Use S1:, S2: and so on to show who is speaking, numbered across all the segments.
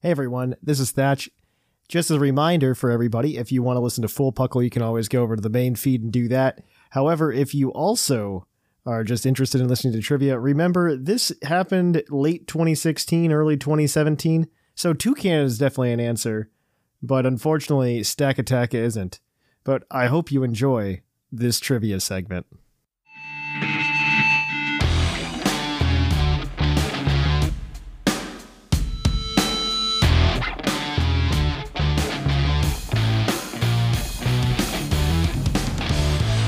S1: Hey everyone, this is Thatch. Just as a reminder for everybody, if you want to listen to Full Puckle, you can always go over to the main feed and do that. However, if you also are just interested in listening to trivia, remember this happened late 2016, early 2017. So Toucan is definitely an answer, but unfortunately, Stack Attack isn't. But I hope you enjoy this trivia segment.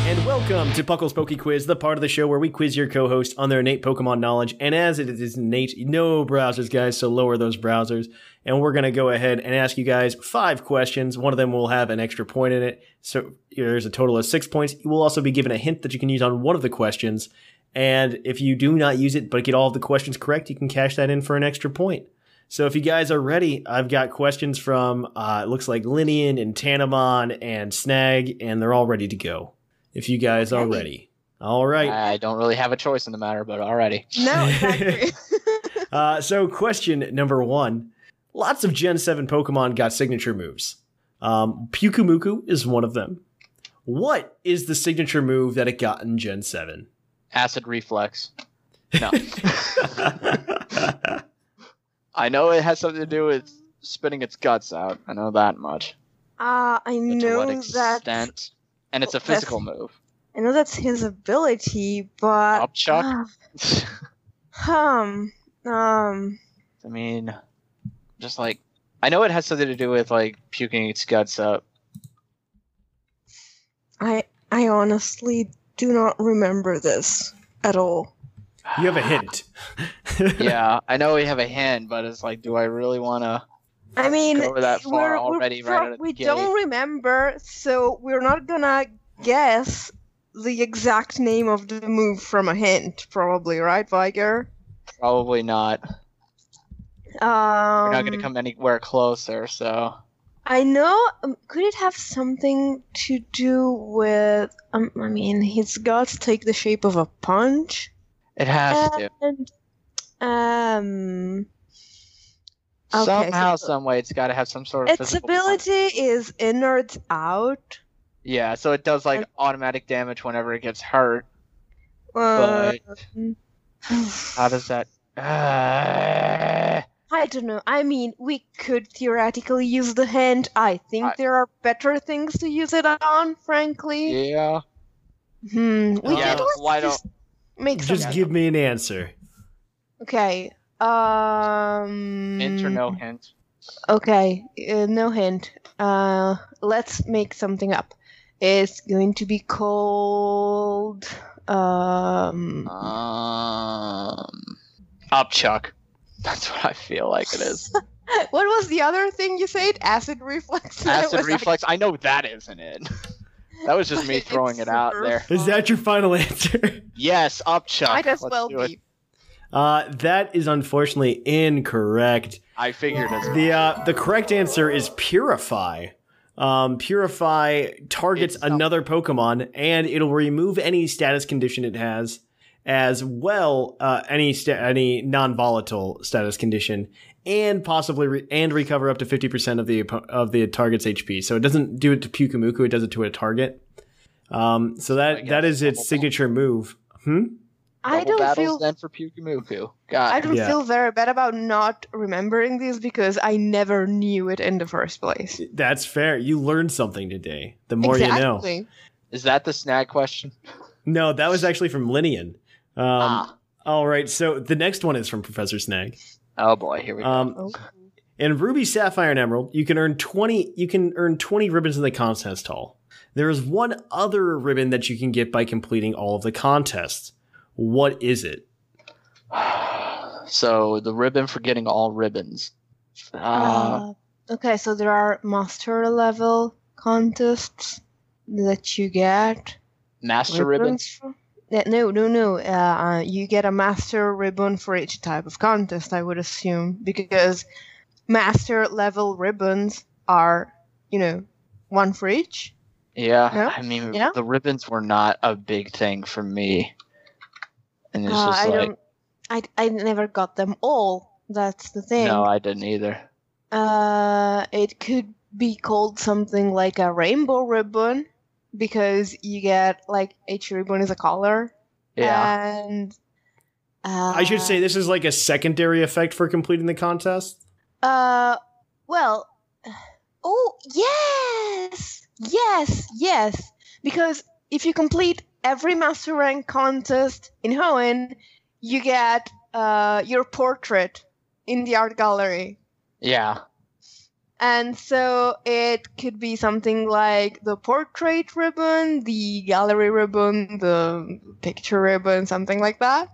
S2: And welcome to Puckle's Poke Quiz, the part of the show where we quiz your co-host on their innate Pokemon knowledge. And as it is innate, no browsers, guys, so lower those browsers. And we're gonna go ahead and ask you guys five questions. One of them will have an extra point in it, so there's a total of six points. You will also be given a hint that you can use on one of the questions. And if you do not use it but get all of the questions correct, you can cash that in for an extra point. So if you guys are ready, I've got questions from uh, it looks like Linian and Tanamon and Snag, and they're all ready to go if you guys are
S3: Okay. Uh,
S2: ready. All right.
S3: I don't really have a choice in the matter, but alrighty.
S4: No, exactly.
S2: Uh, so, question number one Lots of Gen 7 Pokemon got signature moves. Um, Pukumuku is one of them. What is the signature move that it got in Gen 7?
S3: Acid reflex. No. I know it has something to do with spitting its guts out. I know that much.
S4: uh, I
S3: But to
S4: know
S3: what extent?
S4: that.
S3: And it's a
S4: That's-
S3: physical move.
S4: I know that's his ability, but uh,
S3: Upchuck?
S4: um, um,
S3: I mean, just like I know it has something to do with like puking its guts up.
S4: I I honestly do not remember this at all.
S2: you have a hint.
S3: yeah, I know we have a hand, but it's like, do I really want to?
S4: I mean,
S3: Go that far
S4: we're,
S3: already,
S4: we're
S3: right
S4: pro-
S3: out of the
S4: we
S3: gate.
S4: don't remember, so we're not gonna guess the exact name of the move from a hint, probably, right, Viger?
S3: Probably not.
S4: Um,
S3: We're not gonna come anywhere closer. So
S4: I know. Um, could it have something to do with? Um, I mean, his guts take the shape of a punch,
S3: it
S4: eh,
S3: has to.
S4: and um, okay,
S3: Somehow,
S4: so-
S3: some way, it's got to have some sort of
S4: its
S3: physical
S4: ability is innards out.
S3: Yeah, so it does like
S4: And-
S3: automatic damage whenever it gets hurt.
S4: Uh,
S3: But how does that? Ah,
S4: I don't know. I mean, we could theoretically use the hand. I think
S3: I-
S4: there are better things to use it on, frankly.
S3: yeah.
S4: Hmm. We
S3: Yeah,
S4: could let's
S3: why don't-
S4: just make some
S2: Just give me an answer.
S4: Okay. Um.
S3: Hint or no hint?
S4: Okay. Uh, no hint. Uh, let's make something up. It's going to be called. Um.
S3: Um, upchuck. That's what I feel like it is.
S4: What was the other thing you said? Acid reflex. I
S3: Acid
S4: was like,
S3: reflex. I know that isn't it. That was just me
S4: It's
S3: throwing it out
S4: super
S3: there.
S2: Is that your final answer?
S3: Yes, upchuck.
S4: Might as
S3: Let's
S4: well
S3: do it.
S4: be.
S2: Uh, that is unfortunately incorrect.
S3: I figured as
S2: The uh, the correct answer is purify. Um, purify targets
S3: It's-
S2: another Pokemon, and it'll remove any status condition it has, as well uh, any sta- any non volatile status condition, and possibly re- and recover up to fifty percent of the oppo- of the target's HP. So it doesn't do it to Pukumuku; it does it to a target. Um, so
S3: I
S2: that
S3: guess
S2: that is
S3: double-
S2: its signature move. Hmm.
S4: I
S3: Double
S4: don't
S3: battles
S4: feel.
S3: then for Pukumuku. God.
S4: I don't
S2: Yeah.
S4: feel very bad about not remembering this because I never knew it in the first place.
S2: That's fair. You learned something today. The more you know.
S4: exactly.
S3: Is that the snag question?
S2: No, that was actually from Linian. Um,
S3: ah.
S2: All right, so the next one is from Professor Snag.
S3: Oh boy, here we go.
S2: Um,
S4: Oh.
S2: in Ruby, Sapphire, and Emerald, you can earn twenty. You can earn twenty ribbons in the contest hall. There is one other ribbon that you can get by completing all of the contests. What is it?
S3: so the ribbon for getting all ribbons. Uh,
S4: Uh, okay, so there are master level contests that you get.
S3: master ribbons.
S4: for- Yeah, No, no, no. Uh, you get a master ribbon for each type of contest, I would assume, because master level ribbons are, you know, one for each.
S3: Yeah,
S4: Yeah,
S3: I mean
S4: yeah.
S3: the ribbons were not a big thing for me, and it's
S4: Uh,
S3: just
S4: I
S3: like
S4: don't. I I never got them all. That's the thing.
S3: no, I didn't either.
S4: Uh, it could be called something like a rainbow ribbon because you get like each ribbon is a color.
S3: Yeah.
S4: And uh,
S2: I should say this is like a secondary effect for completing the contest.
S4: Uh, well, oh yes, yes, yes. Because if you complete every master rank contest in Hoenn, you get uh, your portrait in the art gallery.
S3: yeah.
S4: And so it could be something like the portrait ribbon, the gallery ribbon, the picture ribbon, something like that.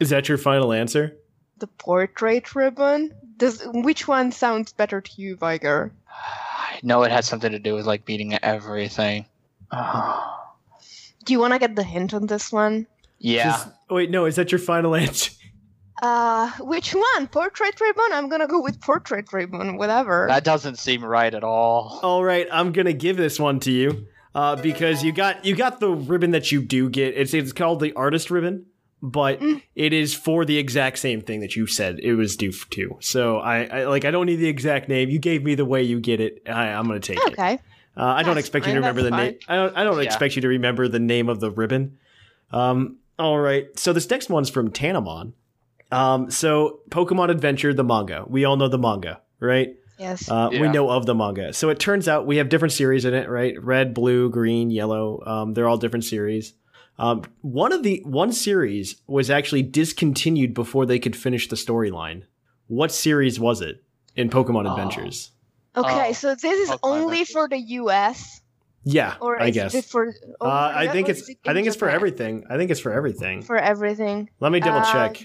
S2: Is that your final answer?
S4: The portrait ribbon. Does which one sounds better to you, Viger?
S3: I know it had something to do with like beating everything. Ah.
S4: Do you want to get the hint on this one?
S3: yeah.
S2: Just- wait, no. Is that your final answer?
S4: Uh, which one? Portrait ribbon? I'm gonna go with portrait ribbon. Whatever.
S3: that doesn't seem right at all.
S2: All right, I'm gonna give this one to you uh, because you got you got the ribbon that you do get. It's it's called the artist ribbon, but
S4: Mm.
S2: it is for the exact same thing that you said it was due f- to. So I, I like I don't need the exact name. You gave me the way you get it. I, I'm gonna take it.
S4: okay.
S2: Uh, I don't
S4: That's
S2: expect you
S4: fine,
S2: to remember the
S4: that's
S2: name. I don't. I don't
S3: Yeah.
S2: expect you to remember the name of the ribbon. Um. All right. So this next one's from Tanamon. Um. So Pokemon Adventure, the manga. We all know the manga, right?
S4: Yes.
S2: Uh, We
S3: Yeah.
S2: know of the manga. So it turns out we have different series in it, right? Red, blue, green, yellow. Um, they're all different series. Um, one of the one series was actually discontinued before they could finish the storyline. What series was it in Pokemon
S3: Oh.
S2: Adventures?
S4: okay.
S3: oh,
S4: so this is
S3: I'll find
S4: only
S3: that.
S4: for the U.S.
S2: Yeah,
S4: or
S2: I
S4: is
S2: guess.
S4: it for?
S2: uh, I think
S4: or
S2: it's
S4: is it
S2: I
S4: in
S2: think it's for
S4: Japan?
S2: everything. I think it's for everything.
S4: For everything.
S2: Let me double
S4: uh,
S2: check.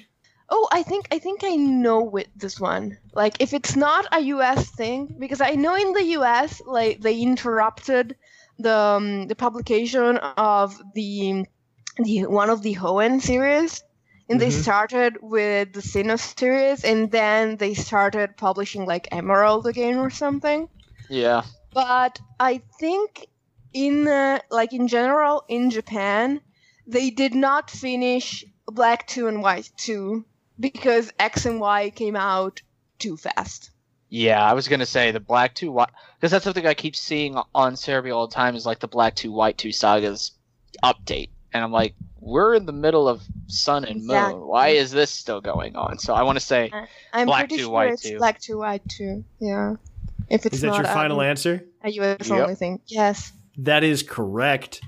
S4: Oh, I think I think I know with this one. Like if it's not a US thing because I know in the US like they interrupted the um, the publication of the the one of the Hoenn series and they
S2: Mhm.
S4: started with the Sinnoh series and then they started publishing like Emerald again or something
S3: Yeah.
S4: but I think in uh, like in general in Japan they did not finish Black 2 and White 2 because X and Y came out too fast.
S3: Yeah, I was gonna say the black two white because that's something I keep seeing on Cerebral all the time is like the black two white two sagas update, and I'm like, we're in the middle of Sun and Moon.
S4: Exactly.
S3: Why is this still going on? So I want to say
S4: I'm
S3: Black
S4: pretty
S3: 2,
S4: sure
S3: White
S4: it's
S3: 2.
S4: Black 2 White 2. Yeah. If it's
S2: Is that
S4: not
S2: your
S4: a-
S2: final answer?
S4: a US
S3: Yep.
S4: only thing. Yes.
S2: That is correct.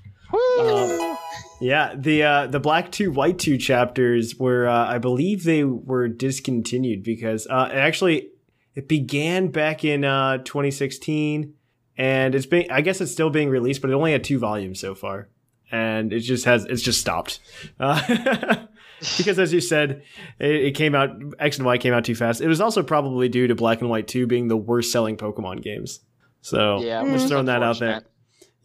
S2: Um, yeah, the uh, the black two white two chapters were uh, I believe they were discontinued because uh, it actually it began back in uh, 2016 and it's been I guess it's still being released but it only had two volumes so far and it just has it's just stopped uh, because as you said it, it came out X and Y came out too fast. It was also probably due to Black and White two being the worst selling Pokemon games. So
S3: yeah,
S4: Mm.
S3: which is
S2: throwing that out there.
S3: unfortunate.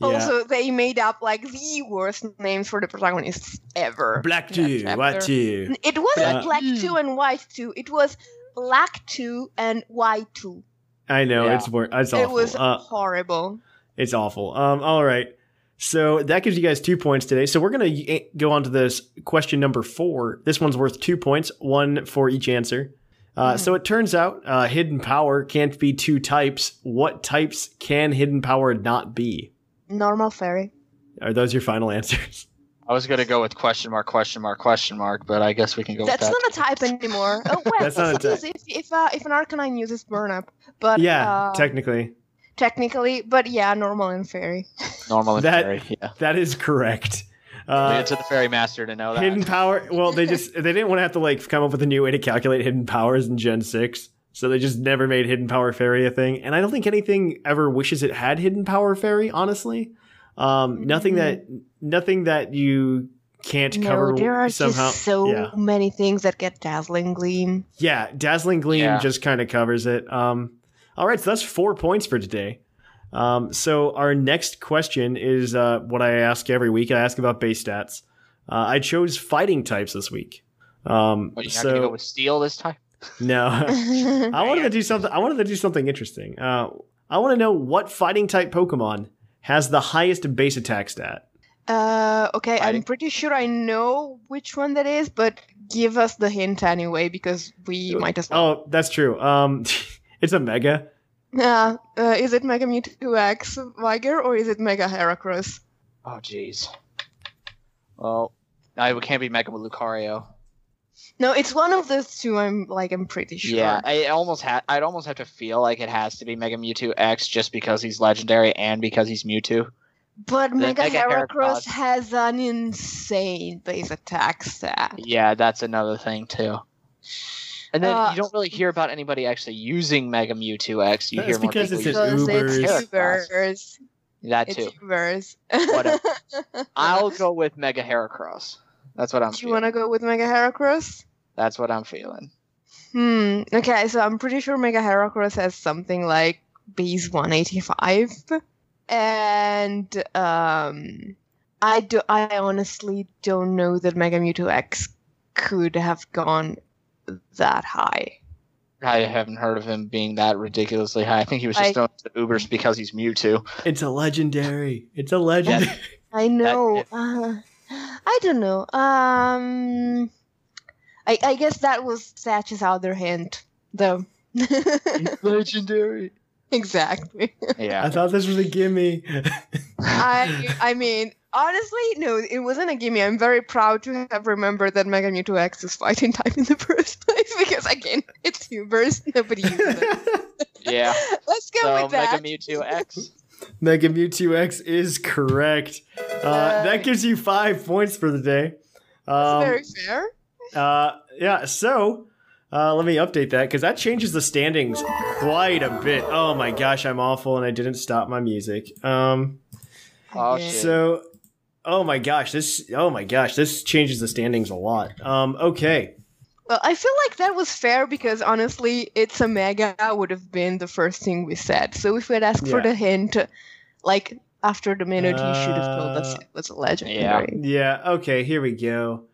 S2: yeah.
S4: Also they made up like the worst names for the protagonists ever.
S2: Black
S4: in that
S2: two,
S4: chapter.
S2: white two.
S4: It wasn't
S2: Yeah.
S4: Black
S3: Mm.
S4: 2 and White 2. It was Black 2 and Y 2.
S2: I know
S3: Yeah.
S2: it's wor- it's
S4: It
S2: awful.
S4: was
S2: uh,
S4: horrible.
S2: It's awful. Um, all right. So that gives you guys two points today. So we're going to go on to this question number four. This one's worth two points, one for each answer. Uh,
S4: Mm.
S2: So it turns out uh, hidden power can't be two types. What types can hidden power not be?
S4: Normal fairy.
S2: Are those your final answers?
S3: I was gonna go with question mark, question mark, question mark, but I guess we can go.
S4: That's
S3: with that.
S4: not a type anymore. Oh well,
S2: That's not a
S4: it is if if, uh, if an Arcanine uses burn up, but
S2: yeah,
S4: uh,
S2: technically.
S4: technically, but yeah, normal and fairy.
S3: normal and
S2: that-
S3: fairy. Yeah,
S2: That is correct.
S3: Leave
S2: Uh,
S3: it to the fairy master to know that.
S2: hidden power. Well, they just they didn't want to have to like come up with a new way to calculate hidden powers in Gen six, so they just never made hidden power fairy a thing. And I don't think anything ever wishes it had hidden power fairy. Honestly, um, nothing that nothing that you can't cover
S4: Mm. No, there are
S2: somehow.
S4: just so
S2: yeah.
S4: many things that get dazzling gleam.
S2: Yeah, dazzling gleam
S3: Yeah.
S2: just kind of covers it. Um, all right, so that's four points for today. Um, so our next question is uh, what I ask every week. I ask about base stats. Uh, I chose fighting types this week. Um,
S3: What, you're not gonna
S2: so
S3: go with steel this time?
S2: no,
S4: Uh,
S2: I wanted to
S3: Man.
S2: do something. I wanted to do something interesting. Uh, I want to know what fighting type Pokemon has the highest base attack stat.
S4: uh, okay,
S3: Fighting.
S4: I'm pretty sure I know which one that
S3: Oh.
S4: is, but give us the hint anyway because we might as well.
S2: Oh, that's Oh, true. Um, It's a mega.
S4: Yeah, uh, is it Mega Mewtwo X Viger or is it Mega Heracross?
S3: Oh, jeez. Well, I it can't be Mega Lucario.
S4: No, it's one of those two. I'm like, I'm pretty sure.
S3: Yeah, I almost ha- I'd almost have to feel like it has to be Mega Mewtwo X just because he's legendary and because he's Mewtwo.
S4: But Mega
S3: Mega
S4: Heracross
S3: Heracross.
S4: has an insane base attack stat.
S3: Yeah, that's another thing too. And then
S4: Uh,
S3: you don't really hear about anybody actually using Mega Mewtwo X. You
S2: That's
S3: hear more
S2: because
S3: people
S2: it's
S3: using
S2: an
S4: Because
S2: Ubers.
S4: it's Ubers.
S3: that
S4: It's
S3: too.
S4: Ubers.
S3: Whatever. I'll go with Mega Heracross. That's what I'm.
S4: Do you
S3: Feeling.
S4: want to go with Mega Heracross?
S3: That's what I'm feeling.
S4: Hmm. Okay, so I'm pretty sure Mega Heracross has something like base 185, and um, I do. I honestly don't know that Mega Mewtwo X could have gone that high.
S3: I haven't heard of him being that ridiculously high. I think he was just
S4: I-
S3: thrown to Ubers because he's Mewtwo.
S2: It's a legendary. It's a legend.
S4: I know.
S3: if-
S4: Uh, I don't know. Um, I I guess that was Satch's other hint, though.
S3: legendary.
S4: exactly.
S2: I
S3: Yeah.
S2: thought this was a gimme.
S4: I I mean, honestly, no, it wasn't a gimme. I'm very proud to have remembered that Mega Mewtwo X is fighting type in the first place because again, it's Ubers. Nobody uses it.
S3: yeah.
S4: Let's go
S3: So
S4: with
S3: Mega
S4: that.
S3: Mewtwo X.
S2: Mega Mewtwo X is correct. Uh,
S4: Yay.
S2: that gives you five points for the day. Um,
S4: That's very fair.
S2: uh, yeah, so uh, let me update that because that changes the standings quite a bit. Oh my gosh, I'm awful and I didn't stop my music. Um,
S3: Oh,
S4: Yeah.
S3: shit.
S2: so, oh my gosh, this oh my gosh, this changes the standings a lot. Um, okay,
S4: Well, Uh, I feel like that was fair because honestly, it's a mega would have been the first thing we said. So if we had asked for
S2: Yeah.
S4: the hint, like after the minute, you should have told us
S2: Uh,
S4: it was legendary.
S2: Yeah, okay, here we go.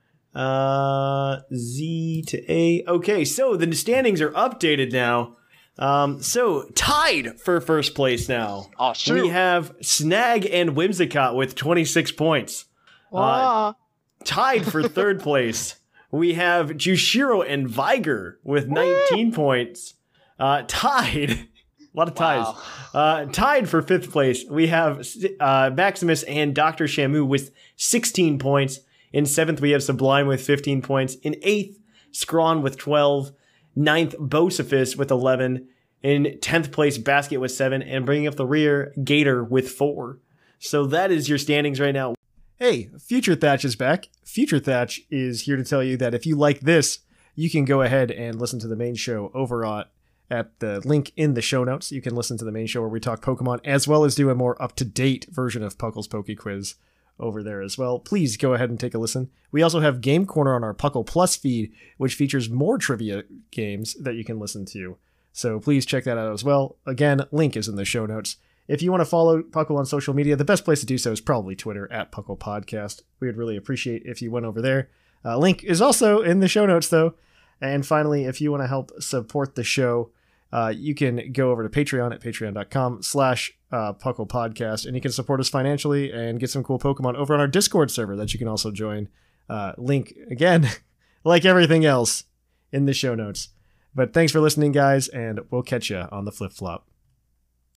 S2: Uh Z to A. Okay, so the standings are updated now. Um so tied for first place now.
S3: Oh,
S2: We
S3: shoot.
S2: have Snag and Whimsicott with 26 points.
S4: Wow.
S2: Tied for third place. We have Jushiro and Viger with 19 points. Uh tied. A lot of ties.
S3: Wow.
S2: Uh, tied for fifth place, we have uh, Maximus and Dr. Shamu with 16 points. In seventh, we have Sublime with 15 points. In eighth, Scrawn with 12. Ninth, Bosophis with 11. In 10th place, Basket with 7. And bringing up the rear, Gator with 4. So that is your standings right now.
S1: Hey, Future Thatch is back. Future Thatch is here to tell you that if you like this, you can go ahead and listen to the main show over at, at the link in the show notes. You can listen to the main show where we talk Pokemon as well as do a more up to date version of Puckle's Poke Quiz over there as well. Please go ahead and take a listen. We also have Game Corner on our Puckle Plus feed, which features more trivia games that you can listen to. So please check that out as well. Again, link is in the show notes. If you want to follow Puckle on social media, the best place to do so is probably Twitter at Puckle Podcast. We would really appreciate if you went over there. Uh, link is also in the show notes, though. And finally, if you want to help support the show, uh, you can go over to Patreon at patreon.com slash uh, Puckle Podcast, and you can support us financially and get some cool Pokemon over on our Discord server that you can also join. Uh, link, again, like everything else, in the show notes. But thanks for listening, guys, and we'll catch you on the flip flop.